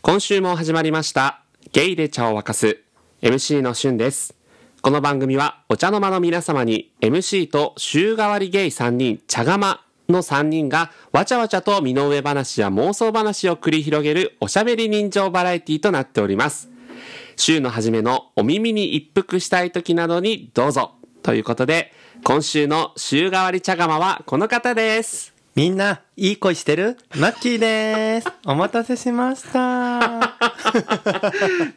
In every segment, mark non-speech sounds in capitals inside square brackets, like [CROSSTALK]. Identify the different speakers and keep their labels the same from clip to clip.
Speaker 1: 今週も始まりましたゲイで茶を沸かす MC のしゅんですこの番組はお茶の間の皆様に MC と週替わりゲイ3人茶釜の3人がわちゃわちゃと身の上話や妄想話を繰り広げるおしゃべり人情バラエティとなっております週の初めのお耳に一服したい時などにどうぞということで今週の週替わり茶釜はこの方です
Speaker 2: みんな、いい声してるマッキーです。お待たせしま
Speaker 1: [LAUGHS]
Speaker 2: した。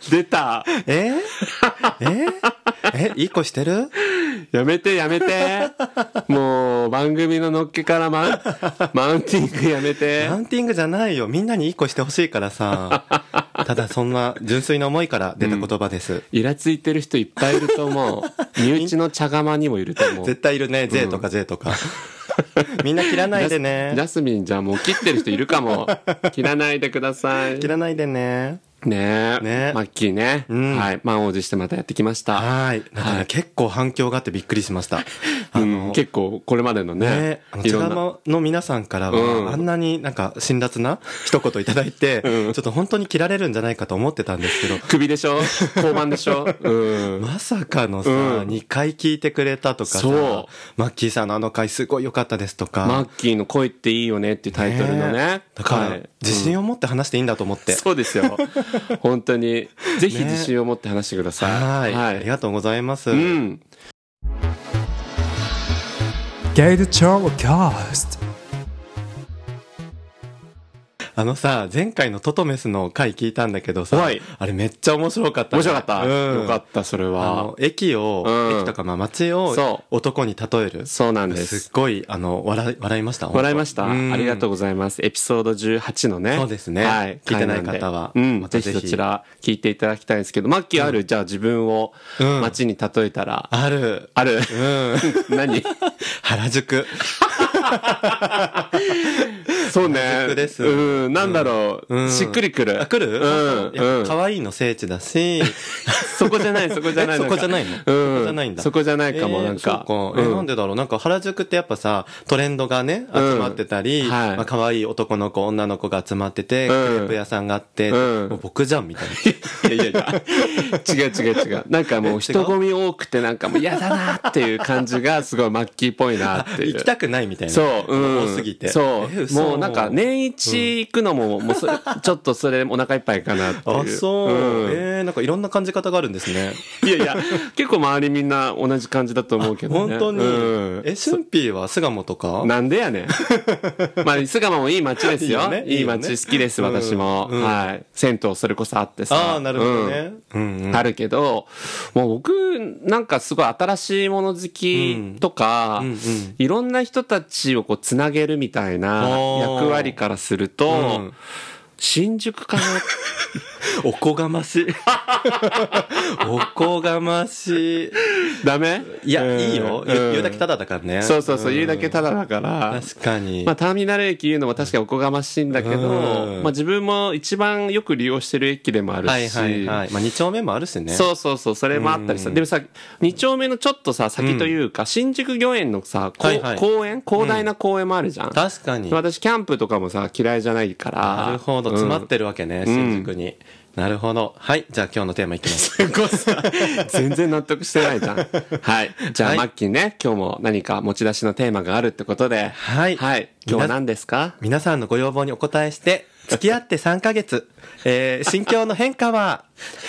Speaker 1: 出た
Speaker 2: えええいい声してる
Speaker 1: やめてやめて。もう番組ののっけからマン、マウンティングやめて
Speaker 2: ラ。ンティングじゃないよ。みんなにいい声してほしいからさ。ただそんな純粋な思いから出た言葉です。
Speaker 1: イラついてる人いっぱいいると思う。身内の茶釜にもいると思う。
Speaker 2: 絶対いるね。税とか税とか。みんな切らないで
Speaker 1: ジ
Speaker 2: ね。
Speaker 1: ャスミンじゃもう切ってる人いるかも。切らないでください。
Speaker 2: 切
Speaker 1: ね
Speaker 2: らないでね。
Speaker 1: え。
Speaker 2: ね
Speaker 1: マッキーね。
Speaker 2: うん
Speaker 1: はい。満を持してまたやってきました。
Speaker 2: はい。だから結構反響があってびっくりしました。あ
Speaker 1: うん、
Speaker 2: の、
Speaker 1: 結構これまでのね
Speaker 2: ね、あ、の
Speaker 1: い
Speaker 2: 茶
Speaker 1: ろんな。
Speaker 2: 釜の皆さんから
Speaker 1: うん
Speaker 2: は、あんなになんか辛辣な一言いただい
Speaker 1: [LAUGHS]
Speaker 2: て、
Speaker 1: うん
Speaker 2: ちょっと本当に切られるんじゃないかと思ってたんですけ
Speaker 1: [LAUGHS]
Speaker 2: ど、
Speaker 1: 首でしょ交番でしょ
Speaker 2: [LAUGHS]
Speaker 1: うん。
Speaker 2: まさかのさ、
Speaker 1: うん
Speaker 2: 2回聞いてくれたとかさ
Speaker 1: そう、
Speaker 2: マッキーさんのあの回すごい良かったですとか、
Speaker 1: マッキーの恋っていいよねっていうタイトルのね。
Speaker 2: だから、
Speaker 1: はい
Speaker 2: 自信を持って話していいんだと思って。
Speaker 1: そうですよ。 [LAUGHS] 本当に。ぜひ
Speaker 2: ね
Speaker 1: 自信を持って話してくださ。
Speaker 2: はいい、ありがとうございます。
Speaker 1: うん。
Speaker 3: ゲイル超キャスト
Speaker 2: あのさ、前回のトトメスの回聞いたんだけどさ、
Speaker 1: はい
Speaker 2: あれめっちゃ面白かった
Speaker 1: 面
Speaker 2: ね、
Speaker 1: 白かった。
Speaker 2: うん、
Speaker 1: よかった、それ
Speaker 2: あ
Speaker 1: は
Speaker 2: の。駅を、
Speaker 1: うん
Speaker 2: 駅とかまあ街を
Speaker 1: そ
Speaker 2: 男に例える
Speaker 1: そうなんですす。
Speaker 2: っごいあの笑い笑いました
Speaker 1: 笑いました。
Speaker 2: うん
Speaker 1: ありがとうございます。エピソード18のね。
Speaker 2: そうですね
Speaker 1: はい。
Speaker 2: 聞いてない方は
Speaker 1: 回なんでうん。
Speaker 2: ま
Speaker 1: ぜ
Speaker 2: た
Speaker 1: ひ
Speaker 2: ぜひ
Speaker 1: そちら聞いていただきたいんですけど、マッキーある、じゃあ自分を
Speaker 2: うん
Speaker 1: 街に例えたら。
Speaker 2: ある
Speaker 1: ある。
Speaker 2: うん [LAUGHS]
Speaker 1: [LAUGHS] 何
Speaker 2: 原宿 [LAUGHS]
Speaker 1: そうね
Speaker 2: 熟。です
Speaker 1: うん。なんだろ
Speaker 2: う
Speaker 1: う。
Speaker 2: ん
Speaker 1: しっくりくる。
Speaker 2: あ来る
Speaker 1: うん
Speaker 2: いや
Speaker 1: うん。
Speaker 2: 可愛いの聖地だし
Speaker 1: そこじゃない、そこじゃない。
Speaker 2: えそこじゃないの
Speaker 1: んか
Speaker 2: そこじゃないんだ
Speaker 1: そこじゃないかも、
Speaker 2: えー
Speaker 1: なんか。
Speaker 2: そうかえ
Speaker 1: うん
Speaker 2: なんでだろうなんか原宿ってやっぱさトレンドがね集まってたり
Speaker 1: うんはい
Speaker 2: まあ可愛い男の子女の子が集まってて
Speaker 1: う
Speaker 2: ク
Speaker 1: ん
Speaker 2: レープ屋さんがあって
Speaker 1: うん
Speaker 2: もう僕じゃんみたいない
Speaker 1: やいやい
Speaker 2: [LAUGHS]
Speaker 1: や、違う違う違う。なんかもう人混み多くてなんかもう嫌だなっていう感じがすごいマッキーっぽいなっていう。
Speaker 2: 行きたくないみたいな
Speaker 1: そう、うん。
Speaker 2: 多すぎて
Speaker 1: そ
Speaker 2: え
Speaker 1: う。
Speaker 2: 嘘
Speaker 1: もうなんか年一行くのも、もうそ
Speaker 2: [LAUGHS]
Speaker 1: れ、ちょっとそれお腹いっぱいかなっていう。
Speaker 2: あそう、
Speaker 1: ん
Speaker 2: えー、なんかいろんな感じ方があるんですね
Speaker 1: いやいや、結構周りみんな同じ感じだと思うけどね。
Speaker 2: 本当に、
Speaker 1: うん
Speaker 2: えシュンピーは巣鴨とか
Speaker 1: なんでや
Speaker 2: [LAUGHS]
Speaker 1: ねん。まあ、巣鴨もいい街ですよ。いい
Speaker 2: いいよねいいよね
Speaker 1: 街好きです、私も。
Speaker 2: うんうん
Speaker 1: はい。銭湯それこそあってさ。
Speaker 2: ああなるほどね、うんうん
Speaker 1: あるけど、もう僕なんかすごい新しいもの好きとか、
Speaker 2: うんうんうん
Speaker 1: いろんな人たちをこうつなげるみたいな
Speaker 2: おー
Speaker 1: 役割からすると、
Speaker 2: うん
Speaker 1: 新宿かな [LAUGHS]
Speaker 2: おこがましいおこがましい
Speaker 1: ダメ
Speaker 2: いや、
Speaker 1: うん
Speaker 2: いいよ言,、
Speaker 1: ん
Speaker 2: うだけただだからね
Speaker 1: そうそうそう、言うだけた
Speaker 2: だ
Speaker 1: だだから。
Speaker 2: 確かに、
Speaker 1: まあ、ターミナル駅言うのも確かにおこがましいんだけど、
Speaker 2: うん
Speaker 1: まあ、自分も一番よく利用してる駅でもあるし、
Speaker 2: はいはいはい、まあ、2丁目もあるしね
Speaker 1: そうそうそう、それもあったりさ、
Speaker 2: うん
Speaker 1: でもさ、2丁目のちょっとさ、先というか、新宿御苑のさ、こう
Speaker 2: はいはい
Speaker 1: 公園広大な公園もあるじゃん。
Speaker 2: 確かにな
Speaker 1: 私、キャンプとかもさ、嫌いじゃないから。
Speaker 2: るほど詰まってるわけね、新宿に、なるほどはいじゃあ今日のテーマいきます
Speaker 1: うん。こうさ [LAUGHS] 全然納得してないじゃ
Speaker 2: [LAUGHS]
Speaker 1: ん。はい。じゃあ、
Speaker 2: はい
Speaker 1: マッキーね、今日も何か持ち出しのテーマがあるってことで。
Speaker 2: はい
Speaker 1: はい。今日は何ですか
Speaker 2: 皆さんのご要望にお答えして、付き合って3ヶ月、えー、心境の変化は、 [LAUGHS]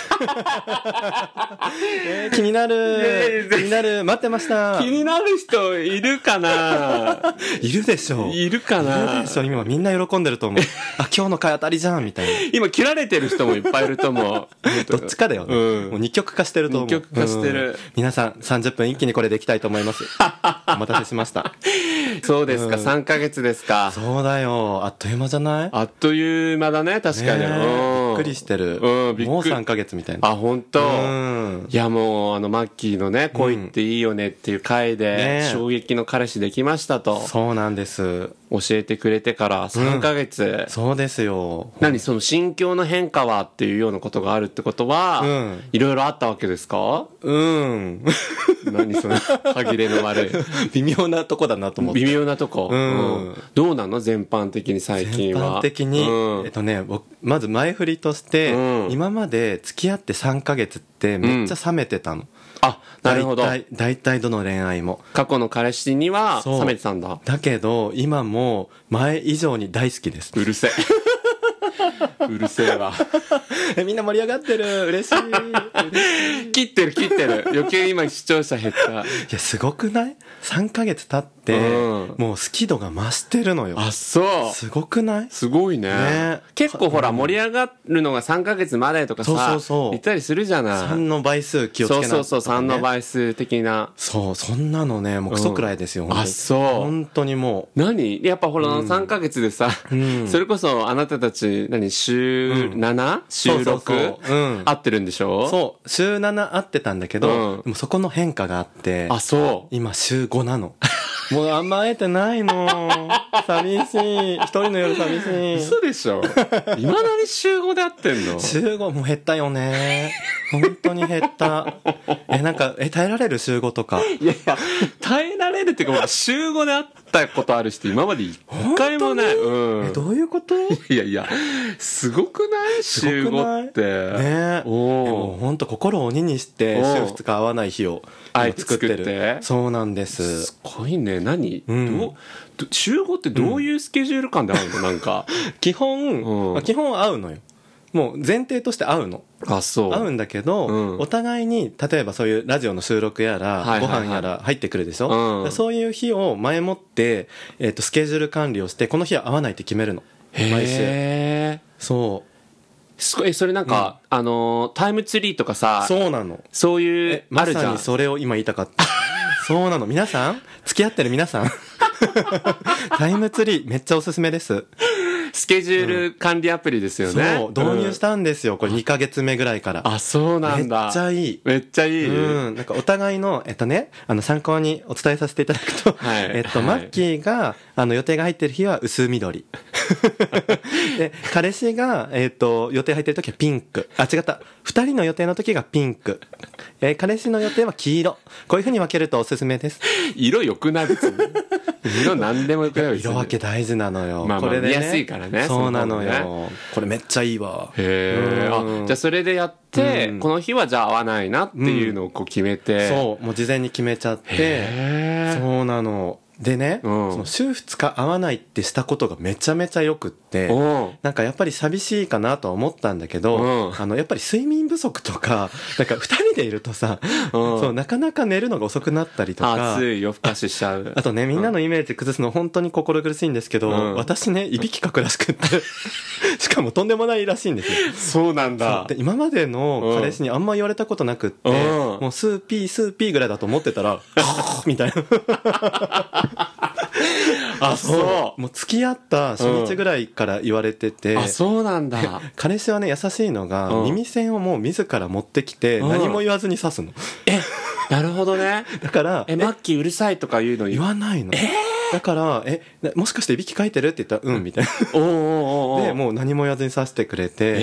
Speaker 2: えー気になる、気になる、待ってました。
Speaker 1: になる人いるかな
Speaker 2: いるでしょう。
Speaker 1: いるかない
Speaker 2: るでしょう。今みんな喜んでると思う。あ、今日の回当たりじゃん、みたいな。
Speaker 1: 今、切られてる人もいっぱいいると思う。
Speaker 2: [LAUGHS] どっちかだよね。
Speaker 1: うん
Speaker 2: もう二極化してると思う。
Speaker 1: 二極化してる
Speaker 2: うん皆さん、30分一気にこれでいきたいと思
Speaker 1: [LAUGHS]
Speaker 2: います。お待たせしました。
Speaker 1: そうですか、
Speaker 2: うん
Speaker 1: 3ヶ月ですか。
Speaker 2: そうだよ。あっという間じゃない
Speaker 1: あっという間だね、確かに。
Speaker 2: ねえ
Speaker 1: うん
Speaker 2: びっくりしてる。
Speaker 1: うん、びっくり。
Speaker 2: もう3 3ヶ月みたいな。
Speaker 1: あ本当
Speaker 2: うん
Speaker 1: いやもうあのマッキーのね恋っていいよねっていう回で
Speaker 2: ねえ
Speaker 1: 衝撃の彼氏できましたと
Speaker 2: そうなんです。
Speaker 1: 教えてくれてから3ヶ月
Speaker 2: そうですよ。
Speaker 1: 何その心境の変化はっていうようなことがあるってことは、
Speaker 2: うん
Speaker 1: いろいろあったわけですか
Speaker 2: うん。 [LAUGHS]
Speaker 1: 何その歯切れの悪い
Speaker 2: 微妙なとこだなと思って。
Speaker 1: 微妙なとこ、
Speaker 2: うん
Speaker 1: どうなの全般的に最近
Speaker 2: 全
Speaker 1: は
Speaker 2: 般的に、
Speaker 1: うん
Speaker 2: えっとね僕まず前振りとして、
Speaker 1: うん
Speaker 2: 今まで付き合って3ヶ月ってめっちゃ冷めてたの、
Speaker 1: あなるほど
Speaker 2: 大体大体どの恋愛も
Speaker 1: 過去の彼氏には
Speaker 2: そう
Speaker 1: 冷めてたんだ
Speaker 2: だけど今もう前以上に大好きです
Speaker 1: [LAUGHS] うるせえうるせえわ
Speaker 2: えみんな盛り上がってる嬉しい
Speaker 1: 切ってる切ってる余計今視聴者減った
Speaker 2: [LAUGHS] いやすごくない ?3 ヶ月経って、
Speaker 1: うん
Speaker 2: もう好き度が増してるのよ
Speaker 1: あそう
Speaker 2: すごくない
Speaker 1: すごいね
Speaker 2: ね
Speaker 1: 結構ほら盛り上がるのが3ヶ月までとかさ
Speaker 2: そうそうそう
Speaker 1: 言ったりするじゃない
Speaker 2: 3の倍数気をつけ
Speaker 1: そ
Speaker 2: な
Speaker 1: う
Speaker 2: い
Speaker 1: そうそう3の倍数的な
Speaker 2: そうそんなのねもうクソくらいですよ、
Speaker 1: うん
Speaker 2: 本当に
Speaker 1: あそう
Speaker 2: 本当にもう
Speaker 1: 何やっぱほら3ヶ月でさ、
Speaker 2: ん
Speaker 1: それこそあなたたち何週 7?、週
Speaker 2: そうそうそうう
Speaker 1: 6?
Speaker 2: ん
Speaker 1: 合ってるんでしょ
Speaker 2: そう、週7会ってたんだけど、
Speaker 1: うん
Speaker 2: でもそこの変化があって、
Speaker 1: あそう
Speaker 2: 今週5
Speaker 1: [LAUGHS]
Speaker 2: なの。もうあんま会えてないの。寂しい。一人の夜寂しい。
Speaker 1: 嘘で
Speaker 2: [LAUGHS]
Speaker 1: しょいまだに週5で合ってんの
Speaker 2: 週5もう減ったよね。本当に減った。え、なんか、え、耐えられる週5とか。
Speaker 1: いやいや耐えられるっていうかほら週5で会ったことある人今まで一回もないう
Speaker 2: え、
Speaker 1: ん
Speaker 2: どういうことね
Speaker 1: いやいやすごくない週
Speaker 2: ごくな
Speaker 1: 5
Speaker 2: い
Speaker 1: って
Speaker 2: え。
Speaker 1: おー
Speaker 2: でも本当心を鬼にして、
Speaker 1: お
Speaker 2: 週
Speaker 1: ー
Speaker 2: 2日会わない日を
Speaker 1: あえ
Speaker 2: 今
Speaker 1: て作って
Speaker 2: そうなんです。
Speaker 1: すごいね何、
Speaker 2: ん
Speaker 1: どうど週5ってどういうスケジュール感で会
Speaker 2: [LAUGHS]
Speaker 1: うのなんか
Speaker 2: 基本、
Speaker 1: うん
Speaker 2: まあ基本会うのよ。もう前提として会うの。
Speaker 1: あそう
Speaker 2: 会うんだけど、
Speaker 1: うん
Speaker 2: お互いに例えばそういうラジオの収録やら、
Speaker 1: はいはいはい
Speaker 2: ご飯やら入ってくるでし
Speaker 1: うん
Speaker 2: ょ、そういう日を前もって、えっとスケジュール管理をしてこの日は会わないって決めるの毎週
Speaker 1: へえ
Speaker 2: そ
Speaker 1: そえそれなんか、あのータイムツリーとか
Speaker 2: う
Speaker 1: さそう
Speaker 2: そうなの
Speaker 1: い
Speaker 2: え
Speaker 1: うあ
Speaker 2: ま
Speaker 1: るじ
Speaker 2: さ
Speaker 1: ゃん
Speaker 2: にそれを今言いたかった
Speaker 1: [LAUGHS]
Speaker 2: そうなの皆さん付き合ってる皆さんタイムツリーめっちゃおすすめです、
Speaker 1: スケジュール管理アプリですよね、
Speaker 2: そう導入したんですよこれ2ヶ月目ぐらいから
Speaker 1: うんあそうな
Speaker 2: めっ
Speaker 1: んだ
Speaker 2: ちゃいい
Speaker 1: めっちゃいい、
Speaker 2: うん、なんかお互いの、えっとね、あの参考にお伝えさせていただくと、
Speaker 1: はい
Speaker 2: えっと、
Speaker 1: はい
Speaker 2: マッキーが、あの予定が入ってる日は
Speaker 1: [LAUGHS]
Speaker 2: 薄緑。で、彼氏が、えっと、予定入ってる時はピンク。あ、違った。二人の予定の時がピンク。えー彼氏の予定は黄色。こういうふうに分けるとおすすめです。
Speaker 1: 色良くない別
Speaker 2: [LAUGHS]
Speaker 1: に色何でも良くない別に
Speaker 2: 色分け大事なのよ。
Speaker 1: まあまあ
Speaker 2: これで、
Speaker 1: 見やすいからね
Speaker 2: そうなのよ。
Speaker 1: その方
Speaker 2: これめっちゃいいわ。
Speaker 1: へえ
Speaker 2: うん
Speaker 1: あじゃあそれでやって、
Speaker 2: うん
Speaker 1: この日はじゃあ合わないなっていうのをこう決めて、
Speaker 2: そう、もう事前に決めちゃって。
Speaker 1: へえ
Speaker 2: そうなの。でね、
Speaker 1: うん
Speaker 2: その週2日会わないってしたことがめちゃめちゃよくって、
Speaker 1: おう
Speaker 2: なんかやっぱり寂しいかなとは思ったんだけど、
Speaker 1: うん
Speaker 2: あの、やっぱり睡眠不足と
Speaker 1: [LAUGHS]
Speaker 2: か、なんか2人でいるとさ、そう、なかなか寝るのが遅くなったりとか、
Speaker 1: 暑い夜更かししちゃう
Speaker 2: あとね、みんなのイメージ崩すの本当に心苦しいんですけど、
Speaker 1: うん
Speaker 2: 私ね、いびきかくらしく
Speaker 1: [LAUGHS]
Speaker 2: って、しかもとんでもないらしいんですよ。
Speaker 1: そうなん
Speaker 2: そうで今までの彼氏にあんま言われたことなくって、
Speaker 1: うん
Speaker 2: もうスーピースーピーぐらいだと思ってた
Speaker 1: [LAUGHS]
Speaker 2: ら、みたいな。
Speaker 1: あそ
Speaker 2: もう付き合った初日ぐらいから言われてて、
Speaker 1: うあそうなんだ
Speaker 2: [LAUGHS] 彼氏はね優しいのが、
Speaker 1: うん
Speaker 2: 耳栓をもう自ら持ってきて、
Speaker 1: うん
Speaker 2: 何も言わずに刺すの [LAUGHS]
Speaker 1: なるほどね
Speaker 2: だから
Speaker 1: えマッキーうるさいとか言うのに
Speaker 2: 言わないの、だから「えなもしかしていびきかいてる?」って言ったら「うん」みたい
Speaker 1: おうおう [LAUGHS] おうお
Speaker 2: なで
Speaker 1: う
Speaker 2: もう何も言わずに刺してくれて、
Speaker 1: え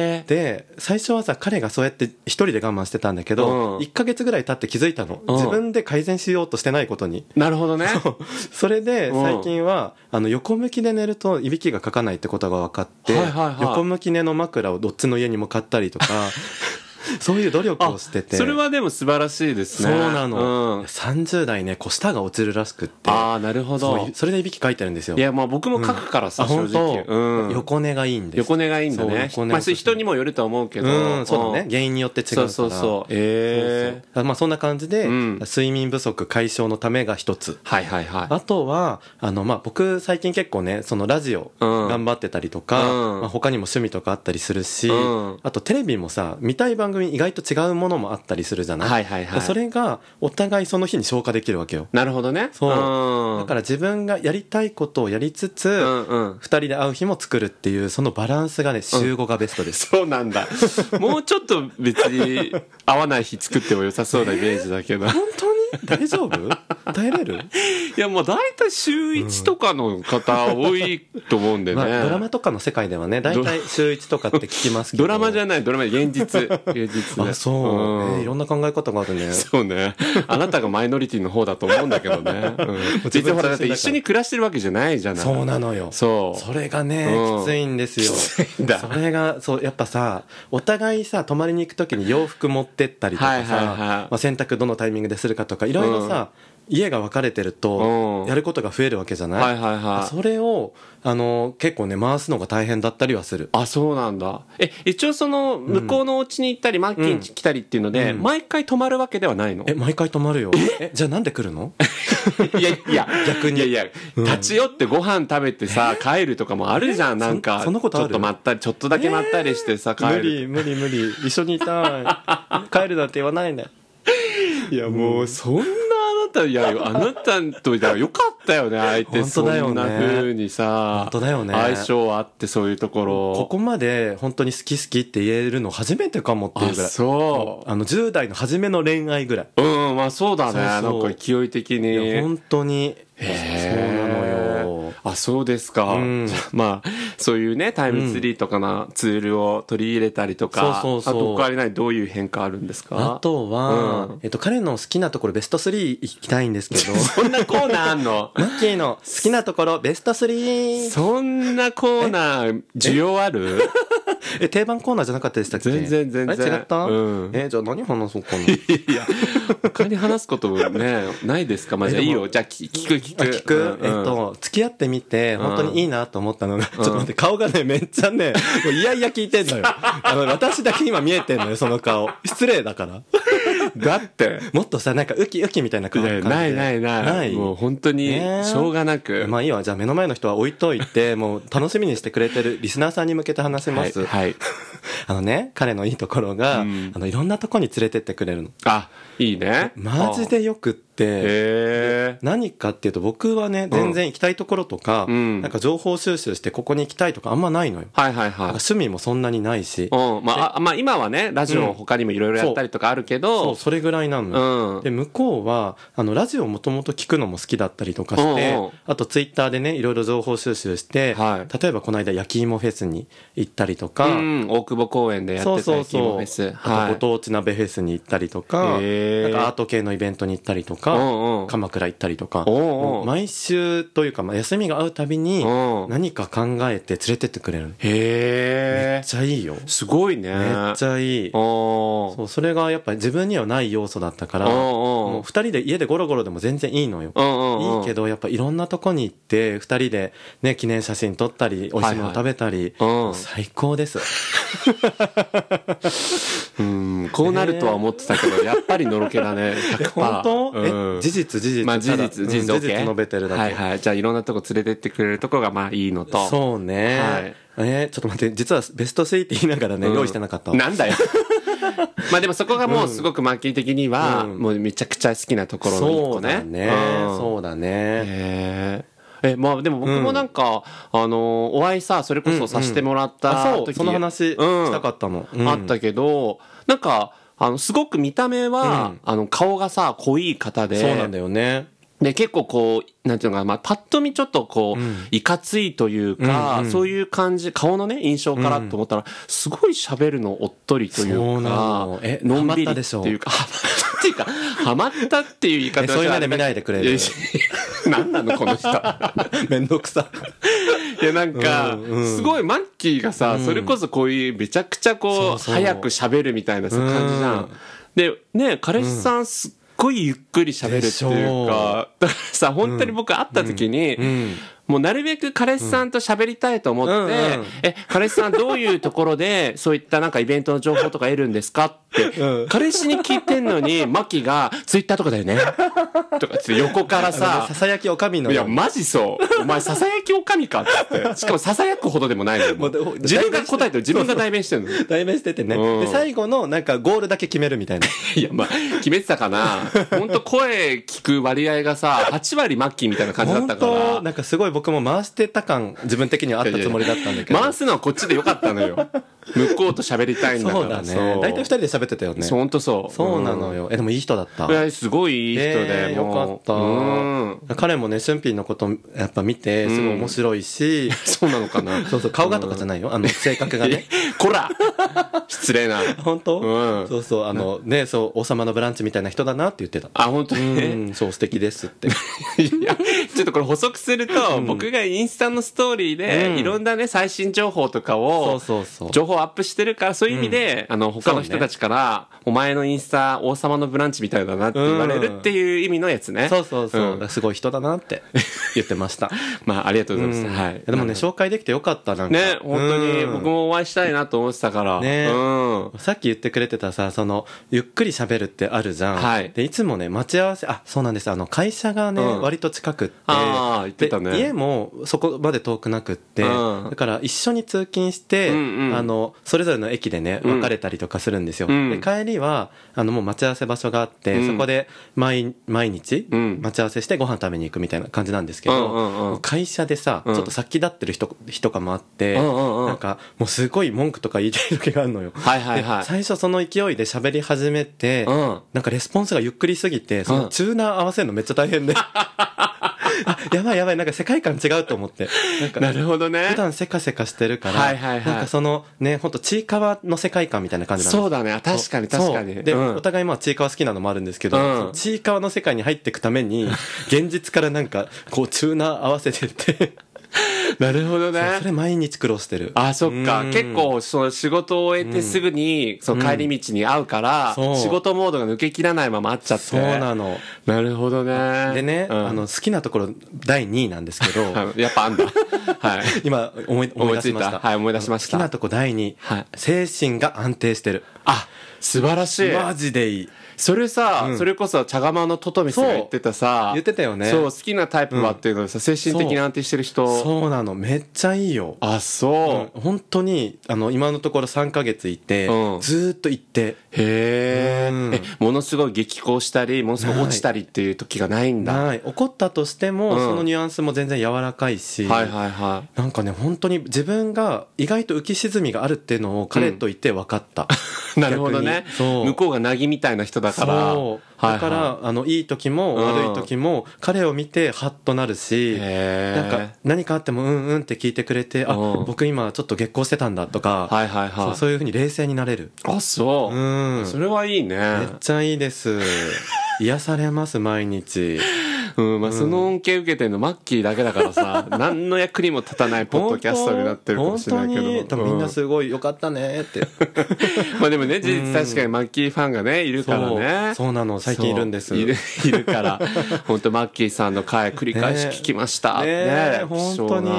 Speaker 1: え
Speaker 2: で最初はさ彼がそうやって一人で我慢してたんだけど、
Speaker 1: うん
Speaker 2: 1ヶ月ぐらい経って気づいたの、
Speaker 1: うん
Speaker 2: 自分で改善しようとしてないことに
Speaker 1: なるほどね
Speaker 2: それで
Speaker 1: うん
Speaker 2: 最近は、あの横向きで寝るといびきがかかないってことが分かって、
Speaker 1: はいはいはい
Speaker 2: 横向き寝の枕をどっちの家にも買ったり
Speaker 1: [LAUGHS]
Speaker 2: とかそういう努力をしてて
Speaker 1: それはでも素晴らしいです
Speaker 2: そう
Speaker 1: ね
Speaker 2: なの、
Speaker 1: うん
Speaker 2: 30代ねこう舌が落ちるらしくって
Speaker 1: ああなるほ
Speaker 2: そ
Speaker 1: ど
Speaker 2: うそれでいびきかいてるんですよ
Speaker 1: いやまあ僕も書くからさ
Speaker 2: あ
Speaker 1: 正
Speaker 2: 本当、
Speaker 1: 直うん
Speaker 2: 横寝がいいんです
Speaker 1: 横寝がいいんだ
Speaker 2: そう
Speaker 1: ね
Speaker 2: 横寝
Speaker 1: まあそれ人にもよるとは思うけど
Speaker 2: うんそうだね
Speaker 1: ん
Speaker 2: 原因によって違うから
Speaker 1: そうそうそうええ
Speaker 2: そうそうまあそんな感じで、
Speaker 1: うん
Speaker 2: 睡眠不足解消のためが一つ
Speaker 1: はいはいはい
Speaker 2: あとは、あの、まあ、僕、最近結構ね、そのラジオ、
Speaker 1: うん
Speaker 2: 頑張ってたりとか、
Speaker 1: うん
Speaker 2: まあ、他にも趣味とかあったりするし、
Speaker 1: うん
Speaker 2: あとテレビもさ、見たい番組意外と違うものもあったりするじゃない,、
Speaker 1: はいはいはい
Speaker 2: それがお互いその日に消化できるわけよ
Speaker 1: なるほどね。、
Speaker 2: そうだからら自分がやりたいことをやりつつ、二
Speaker 1: んうん
Speaker 2: 人で会う日も作るっていうそのバランスがね週5がベストです、
Speaker 1: そうなん
Speaker 2: [LAUGHS]
Speaker 1: だ。もうちょっと別に合わない日作っても良さそうなイメージだけど。
Speaker 2: 本当に大丈夫耐えれる、
Speaker 1: いや、もう大体週1とかの方多いと思うんでね。
Speaker 2: まあ、ドラマとかの世界ではね大体週1とかって聞きますけど
Speaker 1: ドラマじ
Speaker 2: ゃ
Speaker 1: ゃない、ドラマ、現
Speaker 2: [LAUGHS]
Speaker 1: 実。現実ね
Speaker 2: あそう、
Speaker 1: ん
Speaker 2: えーいろんな考え方があるね
Speaker 1: そうね。あなたがマイノリティの方だと思うんだけどね。うん
Speaker 2: う自分
Speaker 1: 実はほら、だって
Speaker 2: 自身だから
Speaker 1: 一緒に暮らしてるわけじゃないじゃない。
Speaker 2: そうなのよ
Speaker 1: そう。
Speaker 2: それがね、
Speaker 1: うん
Speaker 2: きついんですよ
Speaker 1: きついんだ
Speaker 2: それがそうやっぱさお互いさ泊まりに行く時に洋服持ってったりとかさ、
Speaker 1: はいはいはい
Speaker 2: まあ、洗濯どのタイミングでするかとかいろいろさ、家が分かれてると
Speaker 1: うん
Speaker 2: やることが増えるわけじゃない、
Speaker 1: はいはいはい。
Speaker 2: それをあの結構ね回すのが大変だったりはする
Speaker 1: あ、そうなんだ。え、一応その、向こうのお家に行ったり、マッキーに来たりっていうので、
Speaker 2: うん
Speaker 1: 毎回泊まるわけではないの
Speaker 2: え毎回泊まるよえじゃあなんで来るの
Speaker 1: いやいや、
Speaker 2: 逆に
Speaker 1: いやいや、立ち寄ってご飯食べてさ、帰るとかもあるじゃん、なんか。
Speaker 2: そそんなことある
Speaker 1: ちょっとまったり、ちょっとだけまったりしてさ、
Speaker 2: 無
Speaker 1: 帰る。
Speaker 2: 理無理無理一緒にいた
Speaker 1: [LAUGHS]
Speaker 2: い帰るなんて言わないね
Speaker 1: いや、もう、そんなあなた、いや、あなたといたらよかった
Speaker 2: [LAUGHS]
Speaker 1: よね、相手。
Speaker 2: 本当だよね
Speaker 1: そんな風にさ、
Speaker 2: 本当だよね
Speaker 1: 相性あって、そういうところ。
Speaker 2: ここまで本当に好き好きって言えるの初めてかもっていうぐら
Speaker 1: あ
Speaker 2: い
Speaker 1: そ
Speaker 2: あの10代の初めの恋愛ぐらい。
Speaker 1: う。うん、まあそうだね。
Speaker 2: そうそう
Speaker 1: なんか勢い的
Speaker 2: いや
Speaker 1: に。
Speaker 2: 本当に。そう
Speaker 1: へー
Speaker 2: なのよ。
Speaker 1: あ、そうですか。
Speaker 2: うん
Speaker 1: じゃあ [LAUGHS] まあ、そういうね、タイムツリーとかなツールを取り入れたりとか、
Speaker 2: そうそうそう
Speaker 1: あと他にないどういう変化あるんですか
Speaker 2: あとは、
Speaker 1: うん
Speaker 2: えっと、彼の好きなところベスト3行きたいんですけど、
Speaker 1: [LAUGHS] そんなコーナーあんの
Speaker 2: マッキーの好きなところベスト
Speaker 1: [LAUGHS]
Speaker 2: 3!
Speaker 1: そんなコーナー、需要あ [LAUGHS] る
Speaker 2: え、定番コーナーじゃなかったでしたっけ
Speaker 1: 全然全然
Speaker 2: あれ違った、
Speaker 1: うん
Speaker 2: え、じゃあ何話そう
Speaker 1: [LAUGHS]
Speaker 2: かな。
Speaker 1: いや、他に話すこともね、ないですかまあ、じゃあ
Speaker 2: え
Speaker 1: い
Speaker 2: で
Speaker 1: い
Speaker 2: も
Speaker 1: よ。じゃあ聞聞く聞
Speaker 2: あ
Speaker 1: く。
Speaker 2: 聞く、
Speaker 1: うんうん
Speaker 2: えっと、付き合ってみて、本当にいいなと思ったのが、ちょっと待って、顔がね、めっちゃね、もういやいや聞いて
Speaker 1: [LAUGHS]
Speaker 2: んのよ。あの、私だけ今見えてんのよ、その顔。失礼だから。
Speaker 1: だって。
Speaker 2: もっとさ、なんかウキウキみたいな顔
Speaker 1: いやないないない。
Speaker 2: ない。
Speaker 1: もう本当に、
Speaker 2: ねえ
Speaker 1: しょうがなく。
Speaker 2: まあいいわ。じゃあ目の前の人は置いとい
Speaker 1: [LAUGHS]
Speaker 2: て、もう楽しみにしてくれてるリスナーさんに向けて話しま
Speaker 1: はい、
Speaker 2: す。
Speaker 1: はい。
Speaker 2: あのね、彼のいいところが、
Speaker 1: うん
Speaker 2: あの、いろんなとこに連れてってくれるの。
Speaker 1: あ、いいね。
Speaker 2: マジ
Speaker 1: あ。
Speaker 2: でよくって、
Speaker 1: へえ。
Speaker 2: 何かっていうと僕はね、全然行きたいところとか、
Speaker 1: うん
Speaker 2: なんか情報収集してここに行きたいとかあんまないのよ。
Speaker 1: はいはい
Speaker 2: な
Speaker 1: は
Speaker 2: んか
Speaker 1: い。
Speaker 2: 趣味もそんなにないし、
Speaker 1: うん。まあ、あまあ今はね、ラジオ他にもいろいろやったりとかあるけ
Speaker 2: そ
Speaker 1: ど
Speaker 2: う、、それぐらいなのよ。
Speaker 1: うん。
Speaker 2: で向こうはあのラジオもともと聞くのも好きだったりとかして、
Speaker 1: うんうん
Speaker 2: あとツイッターでねいろいろ情報収集して、
Speaker 1: はい
Speaker 2: 例えばこの間焼き芋フェスに行ったりとか、
Speaker 1: うん、大久保公園でや
Speaker 2: そ
Speaker 1: っ
Speaker 2: う
Speaker 1: てた
Speaker 2: そう
Speaker 1: 焼き芋
Speaker 2: そ
Speaker 1: フ
Speaker 2: う
Speaker 1: ェス。
Speaker 2: あ
Speaker 1: は
Speaker 2: と
Speaker 1: い
Speaker 2: ご。当地鍋フェスに行ったりとか,、
Speaker 1: へー
Speaker 2: なんかアート系のイベントに行ったりとか、
Speaker 1: うんうん。
Speaker 2: 鎌倉行ったりとか、
Speaker 1: おうおう
Speaker 2: 毎週というか、まあ、休みが合うたびに
Speaker 1: うん
Speaker 2: 何か考えて連れてってくれるのめ
Speaker 1: へえ
Speaker 2: っ。ちゃいいよ
Speaker 1: すごいね。
Speaker 2: めっちゃいい
Speaker 1: おー
Speaker 2: そうそれがやっぱり自分にはない要素だったから
Speaker 1: うんうん
Speaker 2: もう2人で家でゴロゴロでも全然いいのよ
Speaker 1: うんうんうん
Speaker 2: いいけどやっぱいろんなとこに行って2人でね記念写真撮ったり美味しいもの食べたり、
Speaker 1: うん
Speaker 2: 最高です
Speaker 1: [LAUGHS] うん、こうなるとは思ってたけど、やっぱりのろけだね。
Speaker 2: え
Speaker 1: 100%
Speaker 2: 本当、
Speaker 1: うん
Speaker 2: え事実事実
Speaker 1: まあ
Speaker 2: た
Speaker 1: 事
Speaker 2: だ
Speaker 1: 実、
Speaker 2: うん
Speaker 1: 事実、
Speaker 2: 事実述べてるだけ、
Speaker 1: はいはい。じゃあいろんなとこ連れてってくれるとこがまあいいのと。
Speaker 2: そうね、
Speaker 1: はい
Speaker 2: えーちょっと待って実はベスト3って言いながらね、
Speaker 1: うん
Speaker 2: 用意してなかったわ
Speaker 1: なんだ
Speaker 2: [LAUGHS]
Speaker 1: よ。まあでもそこがもうすごくマーキー的には、
Speaker 2: うん
Speaker 1: もうめちゃくちゃ好きなところの一
Speaker 2: そ
Speaker 1: 個
Speaker 2: う
Speaker 1: ね。
Speaker 2: だね、
Speaker 1: うん
Speaker 2: そうだね
Speaker 1: へえ。え、まあでも僕もなんか、あの、お会いさ、それこそさせてもらった時、
Speaker 2: あそうその話
Speaker 1: うん
Speaker 2: したかったの、うん
Speaker 1: あったけど、なんか、あの、すごく見た目は、
Speaker 2: うん
Speaker 1: あの、顔がさ、濃い方で、
Speaker 2: そうなんだよね
Speaker 1: で、結構こう、なんていうのかな、まあ、パッと見ちょっとこう、いかついというか、
Speaker 2: うんうん
Speaker 1: そういう感じ、顔のね、印象からと思ったら、すごい喋るのおっとりというか、
Speaker 2: そうなのえ
Speaker 1: のんびりっ
Speaker 2: ハマった
Speaker 1: て
Speaker 2: でしょ
Speaker 1: いうか、ハマったっていうか、ハマったっていう言い方。
Speaker 2: えそういう目で見ないいでくれ
Speaker 1: いやいや
Speaker 2: る
Speaker 1: 何なのこの人。
Speaker 2: [LAUGHS] めんどくさ
Speaker 1: いやなんか、
Speaker 2: うんうん
Speaker 1: すごいマッキーがさ、それこそこういうめちゃくちゃこう
Speaker 2: そうそう
Speaker 1: 早く喋るみたいなさ感じじゃん。で、ね、彼氏さんすっごいゆっくり喋るっていうか、だからさ、本当に僕会った時に、
Speaker 2: ん
Speaker 1: もうなるべく彼氏さんと喋りたいと思って、
Speaker 2: うんうんうん
Speaker 1: え、彼氏さんどういうところ
Speaker 2: [LAUGHS]
Speaker 1: で、そういったなんかイベントの情報とか得るんですかって、
Speaker 2: うん
Speaker 1: 彼氏に聞いてんのに、マキが、ツイッターとかだよねとか、横からさ
Speaker 2: さ、さやきおかみの
Speaker 1: い
Speaker 2: よ
Speaker 1: や、
Speaker 2: うに
Speaker 1: マジそう。お前、ささやきおかみかっつって。しかも、ささやくほどでもないのよ
Speaker 2: もうでも
Speaker 1: 自分が答えてる、自分が代弁してるの。い
Speaker 2: 代弁しててね、
Speaker 1: うん
Speaker 2: で最後のなんかゴールだけ決めるみたいな
Speaker 1: や、まあ、決めてたかな。ほんと、声聞く割合がさ、8割マッキーみたいな感じだっ
Speaker 2: 本
Speaker 1: たから。
Speaker 2: 当なんかすごい僕も回してた感自分的にはあったつもりだったんだけど
Speaker 1: 回すのはこっちでよかったの
Speaker 2: [LAUGHS]
Speaker 1: よ。向こうと喋りたいんだから。
Speaker 2: そうだね大体二人で喋ってたよね
Speaker 1: そう、
Speaker 2: そう
Speaker 1: ほんとそう。
Speaker 2: なのよえでもいい人だった
Speaker 1: うん。いや、すごいいい人
Speaker 2: ね
Speaker 1: で、
Speaker 2: えよ
Speaker 1: もう
Speaker 2: かった、
Speaker 1: うん。
Speaker 2: 彼もね俊敏のことやっぱ見てすごい面白いし、
Speaker 1: そうなのかな。
Speaker 2: そうそう顔がとかじゃないよ、あの性格
Speaker 1: [LAUGHS]
Speaker 2: がね
Speaker 1: こら失礼
Speaker 2: [LAUGHS]
Speaker 1: な。
Speaker 2: 本当、
Speaker 1: うん
Speaker 2: そうそうあのねそう「王様のブランチ」みたいな人だなって言ってた
Speaker 1: あ、本当に
Speaker 2: う
Speaker 1: ね。
Speaker 2: んそう素敵ですって
Speaker 1: いや、ちょっとこれ補足すると、僕がインスタのストーリーで、
Speaker 2: うん
Speaker 1: いろんなね、最新情報とかを、
Speaker 2: そうそうそう
Speaker 1: 情報アップしてるから、そういう意味で、あの、他の
Speaker 2: そう
Speaker 1: 人
Speaker 2: ね
Speaker 1: たちから、お前のインスタ、王様のブランチみたいだなって言われるっていう意味のやつね。
Speaker 2: そうそうそう、
Speaker 1: ん
Speaker 2: すごい人だなって言って
Speaker 1: [LAUGHS]
Speaker 2: ました
Speaker 1: まあ、ありがとうございます。
Speaker 2: うん
Speaker 1: はい。
Speaker 2: でもね紹介できてよかったなんか
Speaker 1: ね、本当に
Speaker 2: うん
Speaker 1: 僕もお会いしたいなと思ってたから。
Speaker 2: ね
Speaker 1: うん。
Speaker 2: さっき言ってくれてたさそのゆっくり喋るってあるじゃん、
Speaker 1: はい
Speaker 2: でいつもね待ち合わせあそうなんですあの会社がね、
Speaker 1: うん
Speaker 2: 割と近くって
Speaker 1: あー言ってたね
Speaker 2: で家もそこまで遠くなくって、
Speaker 1: うん
Speaker 2: だから一緒に通勤して、
Speaker 1: うんうん
Speaker 2: あのそれぞれの駅でね
Speaker 1: うん
Speaker 2: 別れたりとかするんですよ、
Speaker 1: うん
Speaker 2: で帰りはあのもう待ち合わせ場所があって、
Speaker 1: うん
Speaker 2: そこで毎毎日
Speaker 1: うん
Speaker 2: 待ち合わせしてご飯食べに行くみたいな感じなんですけど、
Speaker 1: うんうんうん
Speaker 2: 会社でさ、
Speaker 1: うん
Speaker 2: ちょっと先立ってる人人かもあって、
Speaker 1: うんうんうん
Speaker 2: なんかもうすごい文句とか言いたい時があるのよ
Speaker 1: はいはいは
Speaker 2: で
Speaker 1: い。
Speaker 2: 最初その勢いで喋り始めて、
Speaker 1: うん
Speaker 2: なんかレスポンスがゆっくりすぎて、そのチューナー合わせるのめっちゃ大変で。あ、やばいやばい、なんか世界観違うと思って。なんか
Speaker 1: なるほどね
Speaker 2: 普。段せかせかしてるから、
Speaker 1: はいはいはい
Speaker 2: なんかそのね、ほんとちいかわの世界観みたいな感じなんです
Speaker 1: そうだね。確かに確か
Speaker 2: そ
Speaker 1: に。
Speaker 2: うで、
Speaker 1: うん
Speaker 2: お互いまあちいかわ好きなのもあるんですけど、
Speaker 1: うん
Speaker 2: そのちいかわの世界に入っていくために、現実からなんか、こうチューナー合わせてって、
Speaker 1: なるほどね
Speaker 2: そ。れ毎日苦労してる。
Speaker 1: あ、そっか
Speaker 2: う。ん
Speaker 1: 結構、その仕事を終えてすぐに、その帰り道に会うから、
Speaker 2: そう
Speaker 1: 仕事モードが抜けきらないまま会っちゃって。
Speaker 2: そうなの。
Speaker 1: なるほどね。
Speaker 2: でね、
Speaker 1: うん
Speaker 2: あの、好きなところ第2位なんですけど、
Speaker 1: あのやっぱあ
Speaker 2: [LAUGHS]
Speaker 1: んだ。はい。
Speaker 2: 今思い思い出しま
Speaker 1: 思
Speaker 2: し
Speaker 1: いついた
Speaker 2: た
Speaker 1: はい思い出しました
Speaker 2: 好きなとこ第2、
Speaker 1: はい
Speaker 2: 精神が安定してる
Speaker 1: あ、素晴らしい。
Speaker 2: マジでいい
Speaker 1: それさ、
Speaker 2: うん
Speaker 1: それこそ茶釜のトトミスが言ってたさ
Speaker 2: そう言ってたよね
Speaker 1: そう好きなタイプはっていうのでさ、精神的に安定してる人
Speaker 2: そうなのめっちゃいいよ
Speaker 1: あそう、
Speaker 2: うん本当にあの今のところ3ヶ月いて、
Speaker 1: うん
Speaker 2: ずーっと行って
Speaker 1: へー
Speaker 2: うん
Speaker 1: えものすごい激高したりものすごい落ちたりっていう時がないんだ
Speaker 2: ない怒ったとしても、
Speaker 1: うん
Speaker 2: そのニュアンスも全然柔らかいし、
Speaker 1: はいはいはい
Speaker 2: なんかね本当に自分が意外と浮き沈みがあるっていうのを彼といて分かった、
Speaker 1: [LAUGHS] なるほどね
Speaker 2: 逆にそう
Speaker 1: 向こうがなぎみたいな人だから
Speaker 2: そうだから、
Speaker 1: はいはい
Speaker 2: あのいい時も
Speaker 1: うん
Speaker 2: 悪い時も彼を見てハッとなるし、
Speaker 1: へー
Speaker 2: なんか何かあってもうんうんって聞いてくれて、あ
Speaker 1: うん
Speaker 2: 僕今ちょっと激高してたんだとか、
Speaker 1: はいはい
Speaker 2: そ
Speaker 1: は
Speaker 2: う
Speaker 1: い
Speaker 2: そういうふうに冷静になれる
Speaker 1: あそう、
Speaker 2: うん
Speaker 1: それはいいね
Speaker 2: めっちゃいいです癒されます毎日
Speaker 1: うんまあ、その恩恵受けてるのマッキーだけだから
Speaker 2: [LAUGHS]
Speaker 1: さ何の役にも立たないポッドキャストになってるかもしれないけど
Speaker 2: 本当に
Speaker 1: う
Speaker 2: みんなすごいよかったねって
Speaker 1: まあでもね、事
Speaker 2: う
Speaker 1: 実
Speaker 2: ん
Speaker 1: 確かにマッキーファンがね、いるから
Speaker 2: そ
Speaker 1: ね
Speaker 2: う。そうなの最近いるんです
Speaker 1: そういる、いる
Speaker 2: [LAUGHS]
Speaker 1: から。本当マッキーさんの回繰り返し聞きました。
Speaker 2: ねえ
Speaker 1: ね
Speaker 2: 本当に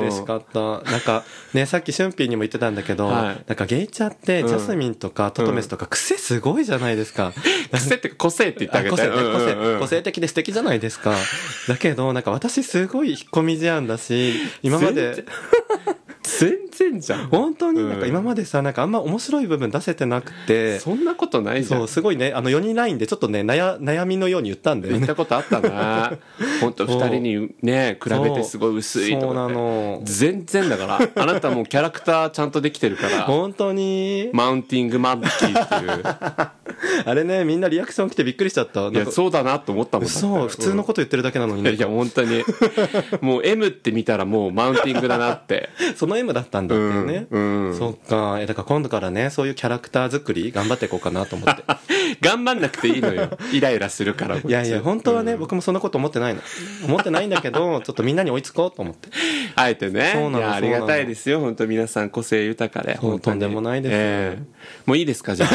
Speaker 2: 嬉し
Speaker 1: っ
Speaker 2: かった、なんかねさっき俊平にも言ってたんだけど、
Speaker 1: はい
Speaker 2: なんかゲイチャってジャスミンとかトトメスとか癖すごいじゃないですか、
Speaker 1: た。癖って個性って [LAUGHS] 言ってあげ
Speaker 2: あ
Speaker 1: て。
Speaker 2: 個性ね個性
Speaker 1: うんうんうん
Speaker 2: 個性的で素敵じゃないですかだけどなんか私すごい引っ込み思案だし今ま
Speaker 1: 全然
Speaker 2: で
Speaker 1: 全然じゃん。
Speaker 2: 本当に
Speaker 1: うん
Speaker 2: なんか今までさなんかあんま面白い部分出せてなくて
Speaker 1: そんなことないじゃ
Speaker 2: そ
Speaker 1: ん
Speaker 2: う。すごいねあの4人ラインでちょっとね悩悩みのように言ったんだよ
Speaker 1: 言っ
Speaker 2: ね
Speaker 1: たことあったな。
Speaker 2: [LAUGHS]
Speaker 1: 本当二
Speaker 2: そう
Speaker 1: 人にね、比べてすごい薄いとか
Speaker 2: そ
Speaker 1: っ
Speaker 2: う
Speaker 1: て
Speaker 2: なの
Speaker 1: 全然だから。あなたもうキャラクターちゃんとできてる
Speaker 2: [LAUGHS]
Speaker 1: から。
Speaker 2: 本当に
Speaker 1: マウンティングマッキーっていう。
Speaker 2: あれねみんなリアクション来てびっくりしちゃったなん
Speaker 1: い
Speaker 2: [LAUGHS] か
Speaker 1: や、そうだなと思ったもんだって
Speaker 2: そう普通のこと言ってるだけなのに
Speaker 1: いや
Speaker 2: ね
Speaker 1: いや、本当に。もう M って見たらもうマウンティングだなって。
Speaker 2: その M だったんだっていうね、
Speaker 1: うんうん
Speaker 2: そっかえだから今度からねそういうキャラクター作り頑張っていこうかなと思って
Speaker 1: 頑張んなくていいのよ。イライラするから。
Speaker 2: [LAUGHS] いやいや
Speaker 1: こっ
Speaker 2: [LAUGHS] 本当はね、僕もそんなこと思ってないの思ってないんだけどちょっとみんなに追いつこうと思って
Speaker 1: ち [LAUGHS] あえてね。
Speaker 2: そうなの
Speaker 1: いやありがたいですよ。本当皆さん個性豊かで。
Speaker 2: そ
Speaker 1: 本
Speaker 2: う
Speaker 1: 当に
Speaker 2: とんでもないです [LAUGHS]
Speaker 1: ええもういいですか、じゃあ。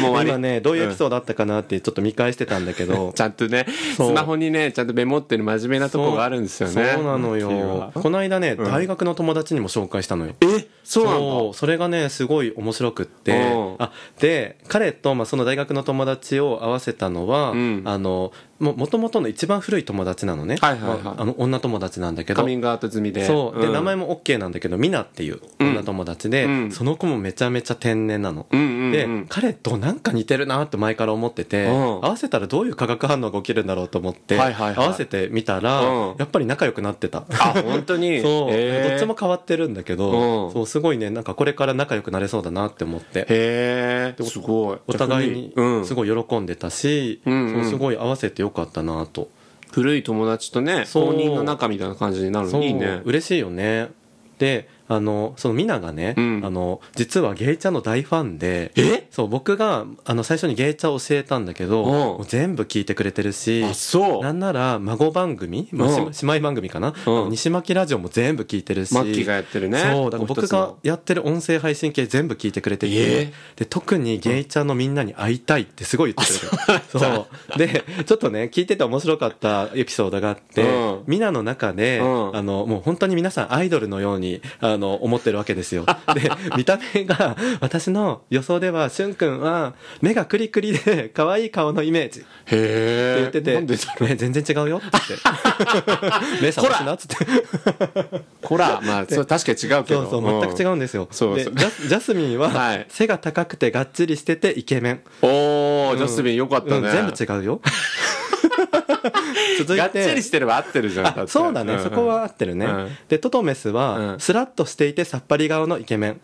Speaker 1: もう終わり
Speaker 2: 今ねどういうエピソードあったかなってちょっと見返してたんだけど [LAUGHS]
Speaker 1: ちゃんとねス
Speaker 2: そう
Speaker 1: マホにねちゃんとメモってる真面目なとこがあるんですよね
Speaker 2: そうなのよこの間ね大学の友達にも紹介したのよ
Speaker 1: えそうなんだ
Speaker 2: そうそれがねすごい面白くって
Speaker 1: うん
Speaker 2: あで彼と、まあ、その大学の友達を合わせたのは、
Speaker 1: ん
Speaker 2: あのももともとの一番古い友達なのね、
Speaker 1: はいはいはい
Speaker 2: まああの女友達なんだけ
Speaker 1: カ
Speaker 2: ど
Speaker 1: ミングアウト済みで
Speaker 2: そうで、
Speaker 1: ん
Speaker 2: 名前も OK なんだけどミナっていう女友達で、
Speaker 1: うん
Speaker 2: その子もめちゃめちゃ天然なの、
Speaker 1: うんうんう
Speaker 2: で
Speaker 1: ん
Speaker 2: 彼となんか似てるなって前から思ってて、
Speaker 1: うん
Speaker 2: 合わせたらどういう化学反応が起きるんだろうと思って、
Speaker 1: はいはいはい
Speaker 2: 合わせてみたら、
Speaker 1: うん
Speaker 2: やっぱり仲良くなってた。
Speaker 1: あ本当に
Speaker 2: [LAUGHS] そう、
Speaker 1: へー
Speaker 2: どっちも変わってるんだけど、
Speaker 1: うん
Speaker 2: そうすごいねなんかこれから仲良くなれそうだなって思って
Speaker 1: へえすごい
Speaker 2: お互いに
Speaker 1: うん
Speaker 2: すごい喜んでたし、
Speaker 1: うんうん
Speaker 2: そうすごい合わせてよかったなと、
Speaker 1: 古い友達とね
Speaker 2: そう
Speaker 1: 公認の仲みたいな感じになる
Speaker 2: そ
Speaker 1: の
Speaker 2: う
Speaker 1: いいね
Speaker 2: 嬉しいよねであのそのミナがね、
Speaker 1: うん
Speaker 2: あの実はゲイチャの大ファンで
Speaker 1: え
Speaker 2: そう僕があの最初にゲイチャを教えたんだけど
Speaker 1: うん
Speaker 2: もう全部聞いてくれてるし
Speaker 1: あそう
Speaker 2: なんなら孫番組、まあし
Speaker 1: うん
Speaker 2: 姉妹番組かな、
Speaker 1: うん
Speaker 2: 西巻ラジオも全部聞いてるし
Speaker 1: マッキーがやってるね
Speaker 2: そうだから僕が
Speaker 1: もう一
Speaker 2: やってる音声配信系全部聞いてくれてて、
Speaker 1: え
Speaker 2: で特にゲイちゃんのみんなに会いたいってすごい言ってくれてるそうでちょっとね聞いてて面白かったエピソードがあって、
Speaker 1: うん
Speaker 2: ミナの中で、
Speaker 1: うん
Speaker 2: あのもう本当に皆さんアイドルのようにあの思ってるわけで
Speaker 1: [LAUGHS]
Speaker 2: すよで見た目が私の予想ではしゅんくんは目がクリクリで可愛い顔のイメージ
Speaker 1: のへえ
Speaker 2: って言ってて、
Speaker 1: なんでだろう
Speaker 2: ね、全然違うよ
Speaker 1: [LAUGHS]
Speaker 2: って言って目覚ましなっつって [LAUGHS]
Speaker 1: こらまあそう確かに違うけ
Speaker 2: そ
Speaker 1: ど
Speaker 2: うそう全く違
Speaker 1: うん
Speaker 2: うんですよ、
Speaker 1: そう
Speaker 2: で
Speaker 1: そう
Speaker 2: ジャジャスミンは、
Speaker 1: はい
Speaker 2: 背が高くてがっちりしててイケメン、
Speaker 1: おおジャスミンよかっ
Speaker 2: う
Speaker 1: た
Speaker 2: ん
Speaker 1: ね
Speaker 2: 全部違うよ
Speaker 1: [LAUGHS]
Speaker 2: 続いて
Speaker 1: がっちりしてれば合ってるじゃんって
Speaker 2: そうだね、
Speaker 1: んん
Speaker 2: そこは合ってるね、
Speaker 1: うん
Speaker 2: でトトメスは、
Speaker 1: うん
Speaker 2: スラッとしていてさっぱり顔のイケメン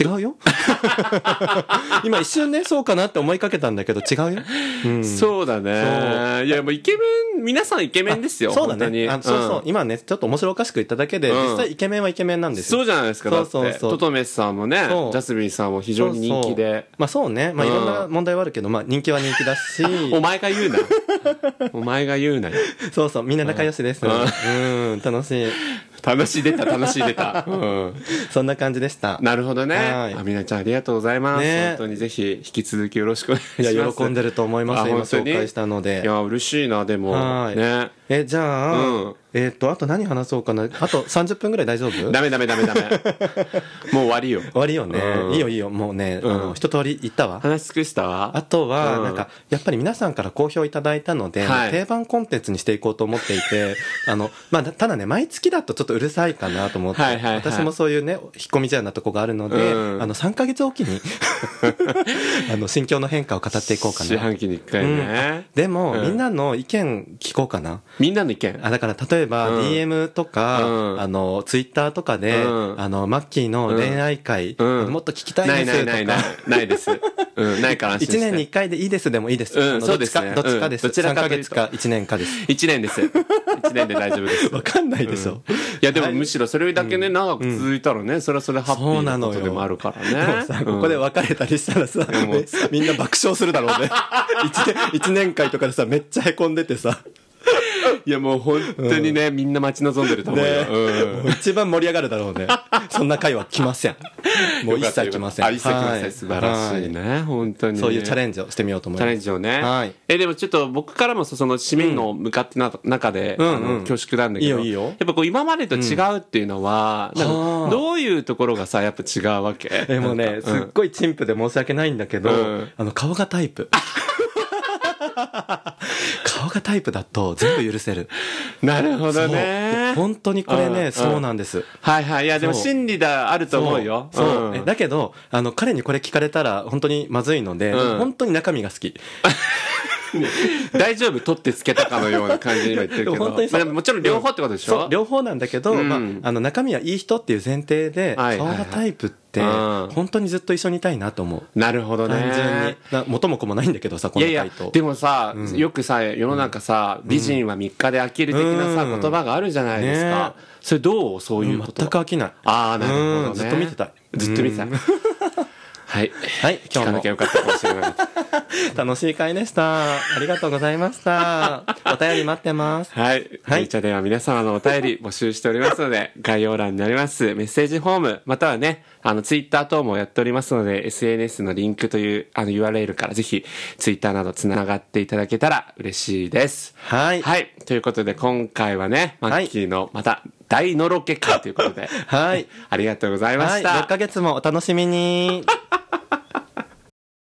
Speaker 2: 違
Speaker 1: [LAUGHS]
Speaker 2: うよ今一瞬ねそうかなって思いかけたんだけど違うよ、うん
Speaker 1: そうだねいやもうイケメン皆さんイケメンですよ
Speaker 2: そうだ
Speaker 1: 本当に
Speaker 2: ねあそうそう、
Speaker 1: ん
Speaker 2: 今ねちょっと面白おかしく言っただけで、
Speaker 1: うん
Speaker 2: 実際イケメンはイケメンなんですよ
Speaker 1: そうじゃないですか
Speaker 2: そ
Speaker 1: だ
Speaker 2: う
Speaker 1: って
Speaker 2: そうそう
Speaker 1: トトメスさんもねジ
Speaker 2: そう
Speaker 1: ャスミンさんも非常に人気
Speaker 2: そうそう
Speaker 1: で
Speaker 2: まあそうねまあ
Speaker 1: う
Speaker 2: い
Speaker 1: ん
Speaker 2: ろんな問題はあるけど、まあ人気は人気だし
Speaker 1: [LAUGHS] お前が言うな
Speaker 2: [LAUGHS]
Speaker 1: お前が言うなよ
Speaker 2: そうそうみんな仲良しですうん楽しい
Speaker 1: 楽しい出た楽しい出
Speaker 2: [LAUGHS]
Speaker 1: た、うん、
Speaker 2: そんな感じでした
Speaker 1: なるほどね
Speaker 2: はい
Speaker 1: あみなちゃんありがとうございます、
Speaker 2: ね
Speaker 1: 本当にぜひ引き続きよろしくお願いし
Speaker 2: い
Speaker 1: ます
Speaker 2: や喜んでると思います
Speaker 1: あ
Speaker 2: 今
Speaker 1: 本当に
Speaker 2: 紹介したので
Speaker 1: いや嬉しいなでも
Speaker 2: はい
Speaker 1: ね
Speaker 2: えじゃあ、
Speaker 1: うん
Speaker 2: えっ、とあと何話そうかなあと30分ぐらい大丈夫
Speaker 1: ダメダメダメダメ
Speaker 2: [LAUGHS]
Speaker 1: もう終わりよ
Speaker 2: 終わりよね、
Speaker 1: うん
Speaker 2: いいよいいよもうね、あ
Speaker 1: うん
Speaker 2: の一通り言ったわ
Speaker 1: 話し尽くしたわ
Speaker 2: あとは、
Speaker 1: うん
Speaker 2: なんか、やっぱり皆さんから好評いただいたので、
Speaker 1: はい
Speaker 2: 定番コンテンツにしていこうと思って
Speaker 1: [LAUGHS]
Speaker 2: いて、あの、まあ、ただね、毎月だとちょっとうるさいかなと思って、
Speaker 1: はいはいはい
Speaker 2: 私もそういうね、引っ込みじゃなとこがあるので、
Speaker 1: うん
Speaker 2: あの、3ヶ月おき
Speaker 1: [LAUGHS]
Speaker 2: に、あの、心境の変化を語っていこうか
Speaker 1: 四
Speaker 2: な。
Speaker 1: 半期に一回ね、
Speaker 2: でも、
Speaker 1: うん
Speaker 2: みんなの意見聞こうかな。
Speaker 1: みんなの意見
Speaker 2: あだから例えば
Speaker 1: うん
Speaker 2: DM とか、
Speaker 1: うん
Speaker 2: あのツイッターとかで、
Speaker 1: うん
Speaker 2: あのマッキーの恋愛会、
Speaker 1: うん
Speaker 2: もっと聞きた
Speaker 1: ないい
Speaker 2: で
Speaker 1: な
Speaker 2: す
Speaker 1: い
Speaker 2: と
Speaker 1: ないない
Speaker 2: か
Speaker 1: ないです、うん、ないから安心して
Speaker 2: 1年に1回でいいですでもいいです。
Speaker 1: うん
Speaker 2: あの
Speaker 1: そうですね
Speaker 2: どっちかどっちかで
Speaker 1: う
Speaker 2: す。
Speaker 1: んどちら
Speaker 2: 3
Speaker 1: か
Speaker 2: ヶ
Speaker 1: という
Speaker 2: 月
Speaker 1: と
Speaker 2: か1年かです。
Speaker 1: 1年です1年で大丈夫
Speaker 2: [LAUGHS]
Speaker 1: です
Speaker 2: わかんないでし
Speaker 1: うん
Speaker 2: ょ。
Speaker 1: いやでもむしろそれだけね長く続いたらねそれはそれでハッピ
Speaker 2: そ
Speaker 1: ー
Speaker 2: うな
Speaker 1: な
Speaker 2: の
Speaker 1: こ
Speaker 2: よ
Speaker 1: とでもあるから
Speaker 2: でも
Speaker 1: ね
Speaker 2: さ、
Speaker 1: うん
Speaker 2: ここで別れたりしたらさ、
Speaker 1: もう
Speaker 2: ねみんな爆笑するだろ
Speaker 1: [LAUGHS]
Speaker 2: うね。1年、一年会とかでさ、めっちゃ凹んでてさ、
Speaker 1: いやもう本当にねみんな待ち望んでると思う
Speaker 2: ね
Speaker 1: ようん
Speaker 2: もう一番盛り上がるだろうね。そんな会は来ません。もう一切来ません。
Speaker 1: あ一切来ませ
Speaker 2: は
Speaker 1: ん素晴らしい。
Speaker 2: は
Speaker 1: ね本当にね
Speaker 2: そういうチャレ
Speaker 1: ンジ
Speaker 2: ンジをしてみようと思い
Speaker 1: チャ
Speaker 2: ま
Speaker 1: レ
Speaker 2: す
Speaker 1: ン。ジをね、
Speaker 2: はい
Speaker 1: えでもちょっと僕からもそその締めの向かってな、中で、
Speaker 2: うん
Speaker 1: あの
Speaker 2: うん
Speaker 1: 恐縮なんだけど
Speaker 2: いいよいいよ
Speaker 1: やっぱこう今までと違うっていうのは、なんか
Speaker 2: はあ
Speaker 1: どういうところがさやっぱ違うわけ
Speaker 2: [LAUGHS] えもうね、すっごい陳腐で申し訳ないんだけど、
Speaker 1: うん
Speaker 2: あの、顔がタイ
Speaker 1: [LAUGHS]
Speaker 2: プ。顔がタイプだと全部許せる。
Speaker 1: なるほど
Speaker 2: そう
Speaker 1: ね
Speaker 2: 本当にこれ
Speaker 1: うんう
Speaker 2: ね、
Speaker 1: ん
Speaker 2: そうなんです。
Speaker 1: はいはいいやでも
Speaker 2: そう
Speaker 1: 心理だあると思うよ
Speaker 2: そうそうんえだけど、あの、彼にこれ聞かれたら本当にまずいので、
Speaker 1: うん
Speaker 2: 本当に中身が好き。
Speaker 1: 大丈夫取ってつけたかのような感じで今言ってるけ
Speaker 2: でも
Speaker 1: ど
Speaker 2: [LAUGHS] 本当にそう
Speaker 1: まあもちろん両方ってことでし
Speaker 2: そ
Speaker 1: ょ
Speaker 2: う、両方なんだけど、
Speaker 1: うん
Speaker 2: まあ、あの、中身はいい人っていう前提で、
Speaker 1: はいはい
Speaker 2: 顔
Speaker 1: はい
Speaker 2: がタイプって、
Speaker 1: うん
Speaker 2: 本当にずっと一緒にいたいなと思う。
Speaker 1: なるほどね
Speaker 2: 単純に。な元も子もないんだけどさ、こ
Speaker 1: い
Speaker 2: の
Speaker 1: やいや
Speaker 2: 回答。
Speaker 1: でもさ、よくさ世の中さ美人は3日で飽きる的なさ、
Speaker 2: うん
Speaker 1: 言葉があるじゃないですか、
Speaker 2: ね
Speaker 1: それどうそういう
Speaker 2: 全
Speaker 1: こ
Speaker 2: く
Speaker 1: と、
Speaker 2: 飽きない。
Speaker 1: ああなるほど
Speaker 2: う
Speaker 1: ね
Speaker 2: んずっと見てたい
Speaker 1: [LAUGHS] ずっと見てた、はい
Speaker 2: はい、
Speaker 1: 聞か
Speaker 2: 今日
Speaker 1: な
Speaker 2: も
Speaker 1: きゃ。よかったかもしれなかった
Speaker 2: 楽しい会でした。ありがとうございま
Speaker 1: [LAUGHS]
Speaker 2: した。お便り待ってます。
Speaker 1: はい。
Speaker 2: はい
Speaker 1: ゲイチャでは皆様のお便り募集しておりますので、概要欄にありますメッセージフォーム、またはね、あの、ツイッター等もやっておりますので、SNS のリンクという、あの、URL からぜひ、ツイッターなどつながっていただけたら嬉しいです。
Speaker 2: はい。
Speaker 1: はい。ということで、今回はね、マッキーの、また、
Speaker 2: [LAUGHS]
Speaker 1: 大のろけ会ということで、
Speaker 2: はい。
Speaker 1: ありがとうございま
Speaker 2: は
Speaker 1: し
Speaker 2: い。
Speaker 1: た。
Speaker 2: 6ヶ月もお楽しみに。